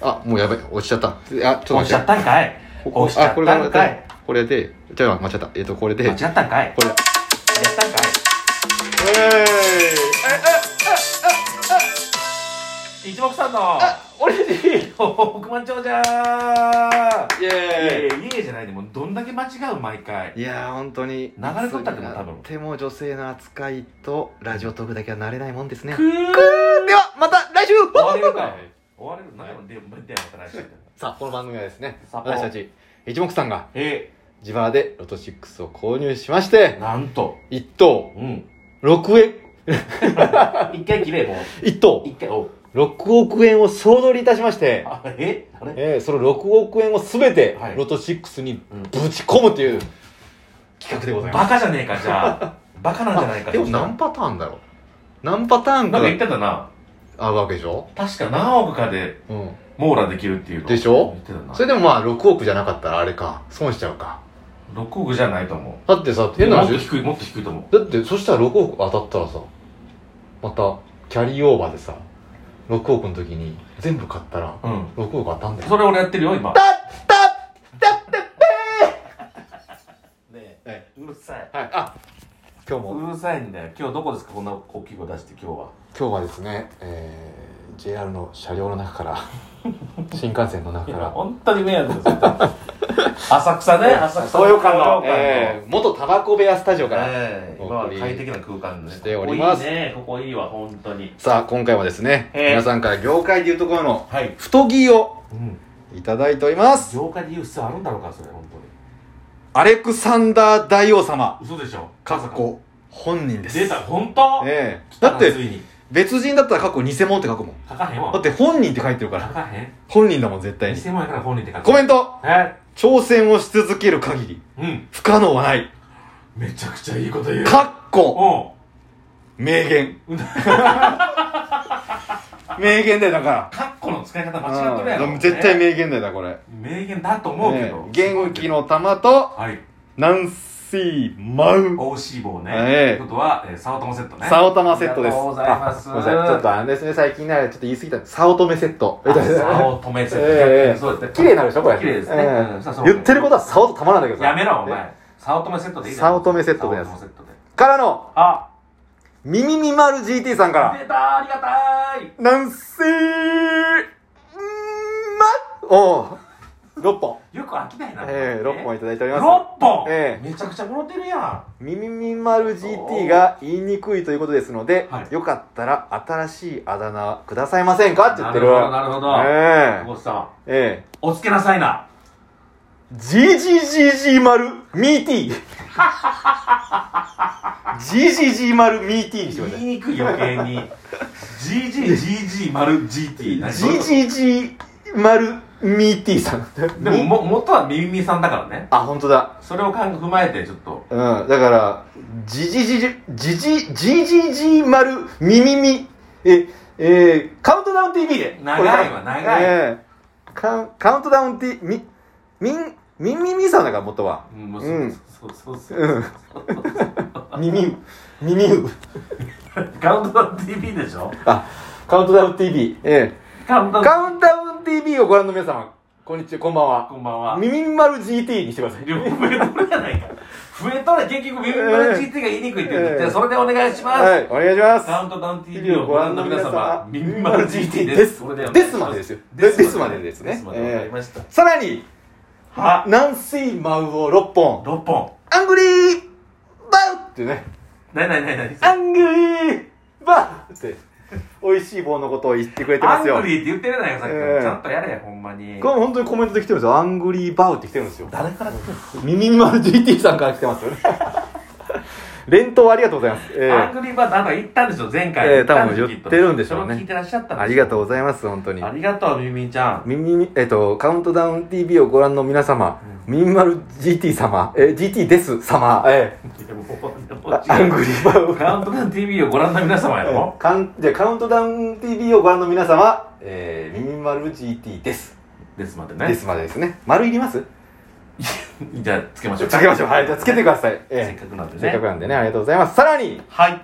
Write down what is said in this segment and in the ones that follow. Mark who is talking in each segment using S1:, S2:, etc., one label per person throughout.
S1: あもうやべ押しちゃったあちょっと
S2: 押
S1: 待
S2: しちゃ
S1: っ
S2: ってたんかい
S1: ここ
S2: 押しちゃっ
S1: あこれ
S2: たんかい
S1: これでじゃあ間違ったえっとこれで
S2: 間違ったんかい
S1: これ
S2: やったんかい一目散の
S1: 俺に
S2: 億万長者ー
S1: イ
S2: いやい
S1: エ
S2: やいやじゃないでもうどんだけ間違う毎回
S1: ーイいやー本当に
S2: 流れとったっても多分
S1: でも女性の扱いとラジオトークだけは慣れないもんですね
S2: くー
S1: ではまた来週
S2: 終われるかい終われるなんでも出会ったらしい
S1: さあこの番組はですね
S2: さあ
S1: 私たち一目さんが
S2: え
S1: 自腹でロト6を購入しまして
S2: なんと
S1: 一等
S2: うん
S1: 6円
S2: 一回切れもう
S1: 一等
S2: 一回おう
S1: 6億円を総取りいたしまして
S2: あえあれ
S1: えー、その6億円を全て
S2: はい
S1: ロト6に
S2: うん
S1: ぶち込むという企画でございます
S2: バカじゃねえかじゃあバカなんじゃないか
S1: でも何パターンだろう何パターン
S2: な
S1: か
S2: んか
S1: が
S2: 言ってたな
S1: あるわけでしょ、
S2: 確か何億かで
S1: うん、
S2: 網羅できるっていうの
S1: でしょ
S2: 言ってたな
S1: それでもまあ6億じゃなかったらあれか損しちゃうか
S2: 6億じゃないと思う
S1: だってさ変な
S2: もっと
S1: 話
S2: 低いもっと低いと思
S1: だってそしたら6億当たったらさまたキャリーオーバーでさ6億の時に全部買ったら
S2: ううん
S1: 6億当たんだよ
S2: それ俺やってるよ今
S1: だだだって
S2: ね
S1: はいう
S2: るさい
S1: はいあ今日も
S2: うるさいんだよ今日どこですかこんな大きい声出して今日は
S1: 今日はですね、えー、JR の車両の中から 新幹線の中
S2: い
S1: か
S2: や
S1: ら
S2: 本当に迷惑ですよ浅草ね浅 草
S1: 東洋館の
S2: 東洋館の
S1: えー元タバコ部屋スタジオから、
S2: ええ今は快適な空間でね
S1: しております
S2: ここいいねここいいわ本当に
S1: さあ今回はですね、
S2: えー
S1: 皆さんから業界でいうところの
S2: はい
S1: 太着を
S2: うん
S1: いただいております
S2: 業界で言う必要あるんだろうかそれ本当に
S1: アレクサンダー大王様
S2: 嘘でしょ
S1: かっこ本人です
S2: 出た本当
S1: ええ
S2: 来た
S1: だ
S2: な
S1: って
S2: ついに
S1: 別人だったらかっこ偽物って書くもん
S2: 書かへんわ
S1: だって本人って書いてるか
S2: 書
S1: ら
S2: かへん
S1: 本人だもん絶対に
S2: 2000万円から本人って書く
S1: コメント
S2: え
S1: 挑戦をし続ける限り
S2: うん
S1: 不可能はない
S2: めちゃくちゃいいこと言う
S1: かっこ
S2: お
S1: 名 言名言だよだか
S2: カッコの使い方
S1: ら
S2: 間違ってるや
S1: う
S2: ろ
S1: ん絶対名言だよだこれ、
S2: 名言だと思うけど
S1: ね元気の玉と
S2: はい
S1: 軟水舞
S2: 大しい棒ね
S1: ええ
S2: ってことはえーサオトモセットね
S1: サオタマセットです
S2: ありがとうございます
S1: あごめんなさいちょっとあれですね最近ねちょっと言い過ぎたサオトメセット
S2: あサオトメセット
S1: ええ
S2: そうですね
S1: 綺麗になるでしょこれ
S2: 綺麗ですね
S1: ええ
S2: うんそうそう
S1: 言ってることはサオと玉なんだけどさ
S2: やめろお前サオトメセットでいいじゃん
S1: サオトメセットでやつ
S2: サオトメセットで
S1: からの
S2: あ
S1: ミミミマル GT さんから
S2: 出たありがたい
S1: 軟水まおう6本
S2: よく飽きないな
S1: ええ6本いただいております
S2: 6本
S1: ええ
S2: めちゃくちゃもろてるやん
S1: ミミミマル GT が言いにくいということですので、
S2: はい
S1: よかったら新しいあだ名くださいませんかって言ってる。
S2: なるほどなる
S1: え
S2: ほど久保田さん
S1: えええ
S2: おつけなさいな
S1: GGGG 丸 MeT! GGG 丸 MeT にしてくだ
S2: 言いにくい余計に GGGG 丸 GT 何
S1: さい。GGG 丸 MeT さん。
S2: でもも元はミミミさんだからね
S1: あ、本当だ。
S2: それを勘踏まえてちょっと
S1: うん。だから、GGG、GG、GGG 丸ミミミ、え、えー、カウントダウン TV で。
S2: 長いわ長い、
S1: ええカウンカウントダウンティみみんみんみみさんだから元は
S2: うんもう
S1: うん
S2: そうそうそうそう
S1: うんみみうみみう
S2: カウントダウン TV でしょ
S1: あカウントダウン TV え
S2: カウン
S1: え
S2: トダ
S1: カウントダウン TV をご覧の皆様こんにちはこんばん
S2: ウン
S1: は
S2: こんばんは
S1: みみみまる GT にしてください
S2: 両方増えとるやないか増えとる結局ミミミ丸 GT が言いにくいって言って、
S1: ええ
S2: じゃあそれでお願いします、
S1: はいお願いします
S2: カウントダウン TV をご覧の皆様、ミニマル GT です。
S1: です
S2: それは
S1: ですまでですよですまでですね
S2: ですまでわかりました。
S1: さらに
S2: は、
S1: 軟水マウを6本
S2: 6本。
S1: アングリーバウってね
S2: なになになになに
S1: アングリーバウって美味しい棒のことを言ってくれて
S2: ア
S1: ますよ
S2: ングリーって言ってるやないか、さっきか
S1: ええ
S2: ら。ちゃんとやれ、ほんまに
S1: こ。れ本当にコメントで来てるんですよ。アングリーバウって来てるんですよ。
S2: 誰から来てる
S1: ミミミマル GT さんから来て ますよね。連投ありがとうございます。え
S2: アン
S1: ー
S2: グリーバーなんか言ったんでしょ、前回。
S1: ええ多分
S2: 言たでしょき
S1: 言っ
S2: と
S1: てるんでしょうね
S2: それを聞いてらっしゃったん
S1: ありがとう
S2: う。
S1: ございます、本当に
S2: あ。りがとう、ミミミちゃん。
S1: ミミミ、えっと、カウントダウン TV をご覧の皆様、ミミマル GT 様、えー、GT です様、え
S2: いやもうでも
S1: ー、アングリーバウ。
S2: カウントダウン TV をご覧の皆様やろ。
S1: カンじゃあカウントダウン TV をご覧の皆様、えー、ミミマル GT です。
S2: ですまで
S1: で
S2: ね。
S1: すまでですね。丸いります
S2: じゃあ、つけましょう。
S1: つけましょう。はい、じゃあつけてください。
S2: せっ
S1: え
S2: かくなん
S1: ー、
S2: でね。
S1: せっかくなんでね、ありがとうございます。さらに、
S2: はい。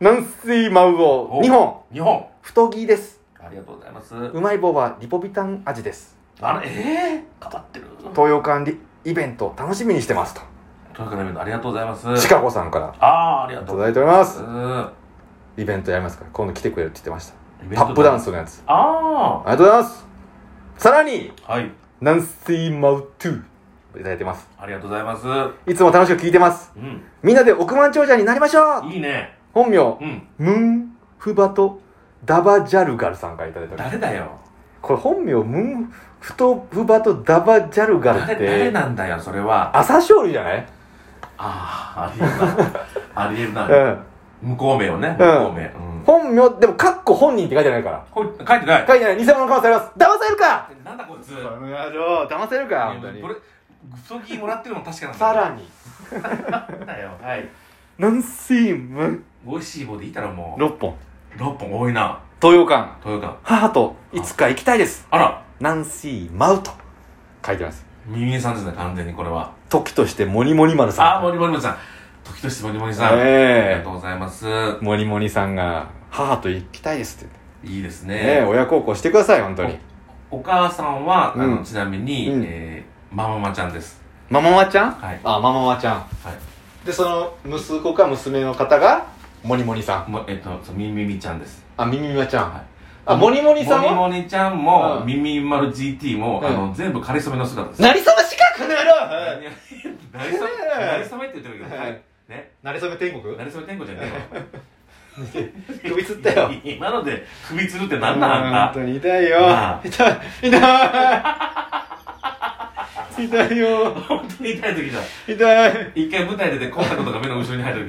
S1: 軟水マウを2本。
S2: 2本。
S1: 太着です。
S2: あありがとうございます
S1: うまい棒はリポビタン味です
S2: あれえー、語ってる
S1: 東洋館リイベント楽しみにしてますと
S2: 豊川のありがとうございます
S1: シカゴさんから
S2: ああありが
S1: い
S2: と
S1: た
S2: うござ
S1: だ
S2: い
S1: いておりま
S2: ます
S1: すイベントやりますから今度来てくれるって言ってました
S2: イベ
S1: タップダン
S2: ス
S1: スのやつ
S2: あ
S1: ありがとうございますさらに
S2: あはい
S1: ナンシー・マウトゥいただいてます
S2: ありがとうございます
S1: いつも楽しく聞いてます
S2: うん
S1: みんなで億万長者になりましょう
S2: いいね
S1: 本名
S2: うん
S1: ムンフバとダバジャルガルさんからいただいております
S2: 誰だよ
S1: これ本名ムンフトフバとダバジャルガル
S2: 誰
S1: っ
S2: 誰
S1: て
S2: なんだよそれは
S1: 朝青龍じゃない
S2: ああ ありえるなありえ
S1: う
S2: るなん向こう名をね向
S1: うん
S2: こう名うん
S1: 本名でもカッコ本人って書いてないから
S2: これ書いてない
S1: 書いてない偽物の可能性あります騙せるか
S2: なんだこいつ
S1: この野郎騙せるか本当に
S2: これグソギもらってるのも確かなんだ
S1: さらに
S2: なんだよはい
S1: ナンシーム
S2: 美味しい棒でいいだろもう
S1: 6本
S2: 6本多いな
S1: 東洋館
S2: 豊川
S1: 母といつか行きたいです
S2: あら
S1: ナンシーマウト書いてます
S2: 耳さんですね完全にこれは
S1: 時としてモニモニ丸さん
S2: ああ森森森さん時として森森さん、あり
S1: え
S2: がと
S1: え
S2: うございます
S1: モニモニさんが母と行きたいですって
S2: いいです
S1: ね
S2: ね
S1: え親孝行してください本当に
S2: お母さんは、あ
S1: う
S2: の
S1: ん
S2: ちなみに、
S1: うん
S2: えー、マママちゃんです
S1: マママちゃん
S2: はい
S1: あマママちゃん
S2: はい
S1: でその息子か娘の方がモニモニさん
S2: もうえっとそうみみみちゃんです
S1: あミミミマちゃん、
S2: はい
S1: あモニモニさんは
S2: もりもりちゃんも、
S1: うん
S2: みみまる GT も、
S1: うん
S2: あの全部かりそめの姿です
S1: なりそめしかくな
S2: な
S1: る
S2: りなりそ
S1: ね
S2: め
S1: え
S2: なりそめって言ってるけど、
S1: はい
S2: ね
S1: なりそめ天国
S2: なりそめ天狗じゃねえよ
S1: 首つったよ
S2: 今ので首つるってなんなんあん
S1: う
S2: た
S1: ん本当に痛いよ
S2: なあ
S1: 痛い痛い痛いよ
S2: 本当に痛い時だ
S1: 痛い
S2: 一回舞台出てコンタクトが目の後ろに入った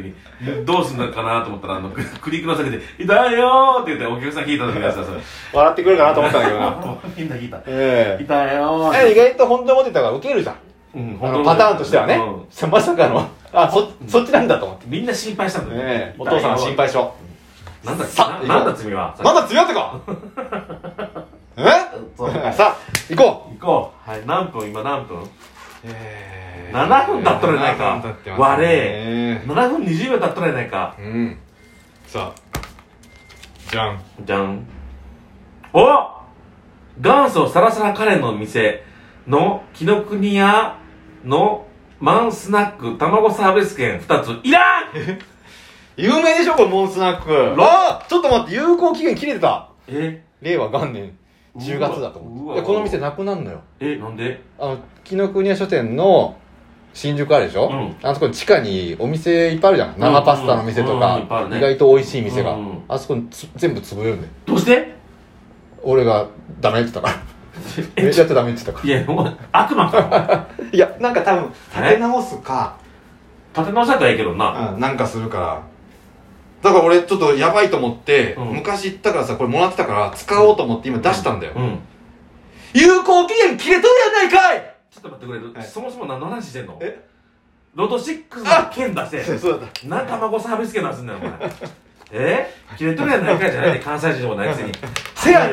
S2: 時にどうすんのかなと思ったらあのククリックの先で「痛いよ!」って言ってお客さん聞いた時がさそれ
S1: 笑ってくるかなと思ったんだけどな
S2: みんな聞いた
S1: ええ
S2: 痛いよ
S1: え意外と本当のこと言ったからウケるじゃん
S2: うん
S1: あ
S2: 本当
S1: の
S2: に
S1: パターンとしてはね、
S2: うん
S1: そまさかのあそそっちなんだと思って、
S2: みんな心配したんだよ
S1: ねえお父さんは心配性
S2: なんだ
S1: さ
S2: ななんだ罪は
S1: まだ強いってかえ
S2: そう
S1: さあ行こう
S2: 行こうはい何分今何分
S1: えー
S2: 7分だったらないか
S1: 7分経ってますね
S2: 割れ7分20秒経ったらないか
S1: うんさあじゃん
S2: じゃんお元祖サラサラカレーの店の紀ノ国屋のマンスナック卵サービス券2ついらん
S1: 有名でしょこれモンスナックあちょっと待って有効期限切れてた
S2: え
S1: 令和元年10月だと
S2: う
S1: 思
S2: わ
S1: ってで
S2: うわ
S1: この店なくなるのよ
S2: えなんで
S1: あの紀ノ国屋書店の新宿あるでしょ、
S2: うん
S1: あそこに地下にお店いっぱいあるじゃん生パスタの店と
S2: うんうんうんいっぱいあ
S1: か
S2: るね
S1: 意外と美味しい店が
S2: うんうん
S1: あそこにつ全部潰れるんだよ
S2: どうして
S1: 俺がダメって言った からめっちゃやってダメって言ったか
S2: いやお前悪 魔か
S1: らいやなんか多分
S2: え
S1: 立て直すか、
S2: 立て直されたらいいけどな
S1: うん、なんかするからだから俺ちょっとやばいと思って、
S2: うん
S1: 昔行ったからさこれもらってたから使おうと思って今出したんだよ、
S2: うん
S1: 有効期限切れとるやないかい
S2: ちょっと待ってくれる、
S1: はい
S2: そもそも何の話してんの
S1: え
S2: ロト6の券出せ
S1: そうだった
S2: なん卵サービス券出すんだよお前え切れとるやないかいじゃないで関西人でもないくせに
S1: せやねん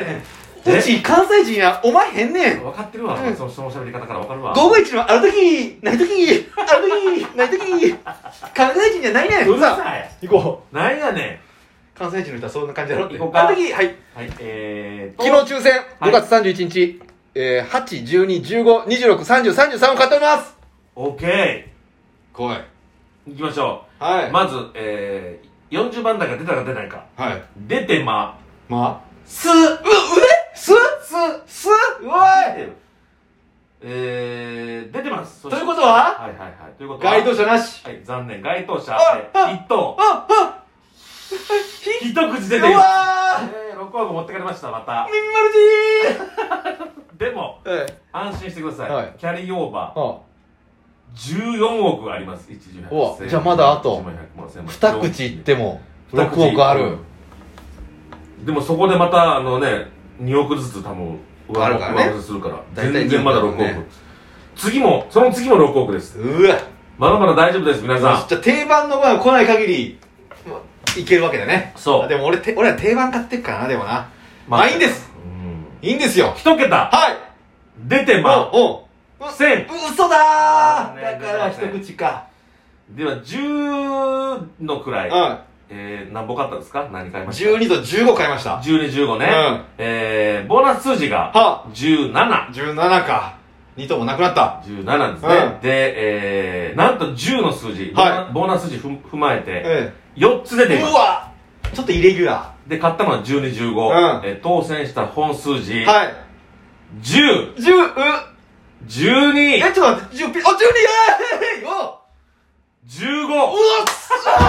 S2: え
S1: うち関西人やお前へんねん
S2: 分かってるわ、
S1: うん
S2: そのその喋り方から分かるわ
S1: 午後一のある時ない時ある時ない時関西人じゃないね
S2: うる
S1: んさあ
S2: さい
S1: 行こ
S2: なんやね
S1: う関西人の人はそんな感じだろって
S2: 行こうか
S1: ある時はい
S2: んはいえーと
S1: 昨日抽選
S2: はい
S1: 5月31日、えー、8、12、15、26、30、33を買っております
S2: オッケ
S1: 怖い
S2: ー行きましょ
S1: は
S2: うまずえー、40番台が出たか出ないか
S1: はい
S2: 出てま
S1: まあ
S2: すう
S1: う、うれす
S2: すう
S1: すうわい
S2: いえー、出てますと
S1: ということは
S2: はいはいはいということは
S1: 該当者なし
S2: はい、残念。該当者、
S1: あ
S2: え
S1: あ
S2: 1等。
S1: あ、あ、
S2: 一口出
S1: う
S2: ています。
S1: わ
S2: えー、6億持ってかれました、また
S1: ー。ミミマル
S2: でも、
S1: ジーええ
S2: 安心してください。
S1: はい
S2: キャリーオーバー、
S1: あ
S2: 14億あります。一時
S1: うわじゃあまだあと二口いっても6億ある。
S2: でもそこでまた、あのね、2億ずつ多分、
S1: あるからね
S2: 上乗せするから。
S1: 大体
S2: 全然まだ6
S1: 二
S2: 億。
S1: 億だもんね
S2: 次も、その次も6億です。
S1: うわ
S2: まだまだ大丈夫です、皆さん。
S1: じゃあ定番のご飯来ない限りいけるわけだね
S2: そう
S1: あでも俺て俺は定番買ってっからなでもなまあいいんです
S2: うん。
S1: いいんですよ
S2: 一桁、
S1: はい
S2: 出てま
S1: おおう
S2: せん。
S1: 嘘だ
S2: 残
S1: ー
S2: 念
S1: だから一口か
S2: では10のくらい、
S1: う
S2: えー、何ぼ買ったですか何買いました
S1: 12と15買いました。は
S2: ?12、15ね。
S1: うん
S2: えー、ボーナス数字が、
S1: あ、
S2: 17。
S1: 17か。2ともなくなった。
S2: 17ですね。
S1: うん
S2: で、えー、なんと10の数字、ボーナ
S1: は
S2: ボーナス数字ふ踏まえて、
S1: え
S2: 4つ出てい
S1: え。
S2: ま
S1: う
S2: す。
S1: わちょっとイレギュラ
S2: で、買ったのは12、15。
S1: うん
S2: えー当選した本数字、
S1: ー。はい。
S2: 10、
S1: 10、う、え、ちょ
S2: 12、
S1: っと待って、10、ピあ、12! イエーイおう
S2: 15。
S1: わっすよしよ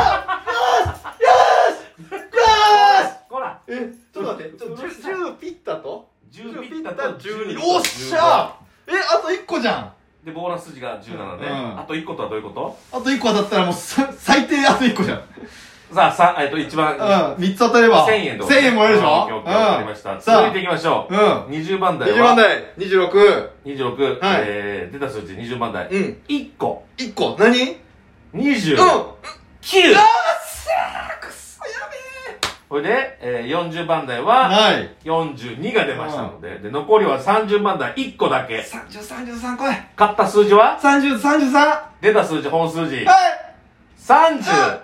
S1: しよし
S2: ほら、
S1: え、ちょっと待って、ちょっと10 10ピッタと
S2: 10ピッタと12。
S1: おっしゃえ、あと1個じゃん
S2: で、ボーナス数字が17で、
S1: うん
S2: あと1個とはどういうこ
S1: あと1個当たったらもうさ最低あと1個じゃん。
S2: とさあ、さえっと、一番、
S1: うん。3つ当たれば。
S2: 1000円と
S1: 1000円もらえるでしょ
S2: わかりました。続いていきましょ
S1: うん。うん
S2: う。。20番台
S1: 20番
S2: は、
S1: 台、26。
S2: 26、
S1: はい
S2: えー、出た数字20番台。
S1: うん。
S2: 1個、
S1: 1個。何うん。
S2: 29、
S1: あーくそやべ
S2: これで、えー、40番台
S1: え
S2: は、
S1: はい。
S2: 42が出ましたので、で、残りは30番台1個だけ。
S1: 30、33来い。
S2: 買った数字は、
S1: 30、33! は
S2: 出た数字、本数字
S1: い。あ
S2: 30、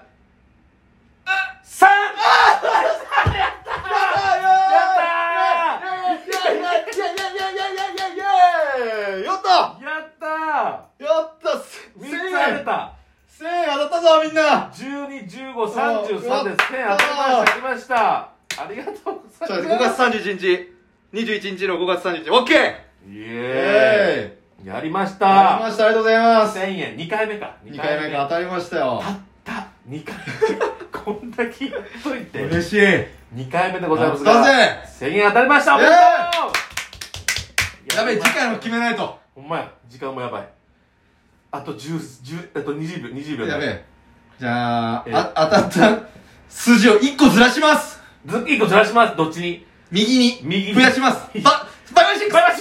S1: やったー
S2: 3!
S1: やったーややった
S2: やっ
S1: ー
S2: た
S1: やったっす
S2: ー !3
S1: 1000
S2: つ当
S1: 円
S2: てた
S1: 1000円当たったぞみんな
S2: !12、15、33です。10当たりました、来ました。ありがとうご
S1: ち
S2: ざ
S1: ょ
S2: い
S1: っ
S2: ます。
S1: と5月31日21日の5月31日オッケー
S2: イ
S1: えー
S2: エーイやりまし
S1: やりま
S2: た
S1: したありがとうございます
S2: 1000円2回目か
S1: 2回目が当たりましたよ
S2: たった2回目こんだけ言っといて
S1: しいイエ
S2: 2回目でございます
S1: やっ
S2: が
S1: たぜ
S2: 1000円当たりましたおめでとう
S1: ーやべえ次回も決めないと
S2: ほんまや時間もやばいあと10 10あと20秒20秒
S1: やべえじゃあ
S2: え
S1: あ当たった数字を1個ずらします
S2: ずっ1個ずらしますどっちに
S1: 右に
S2: 右に
S1: 増やしますばバイバイシックス
S2: バイバイシ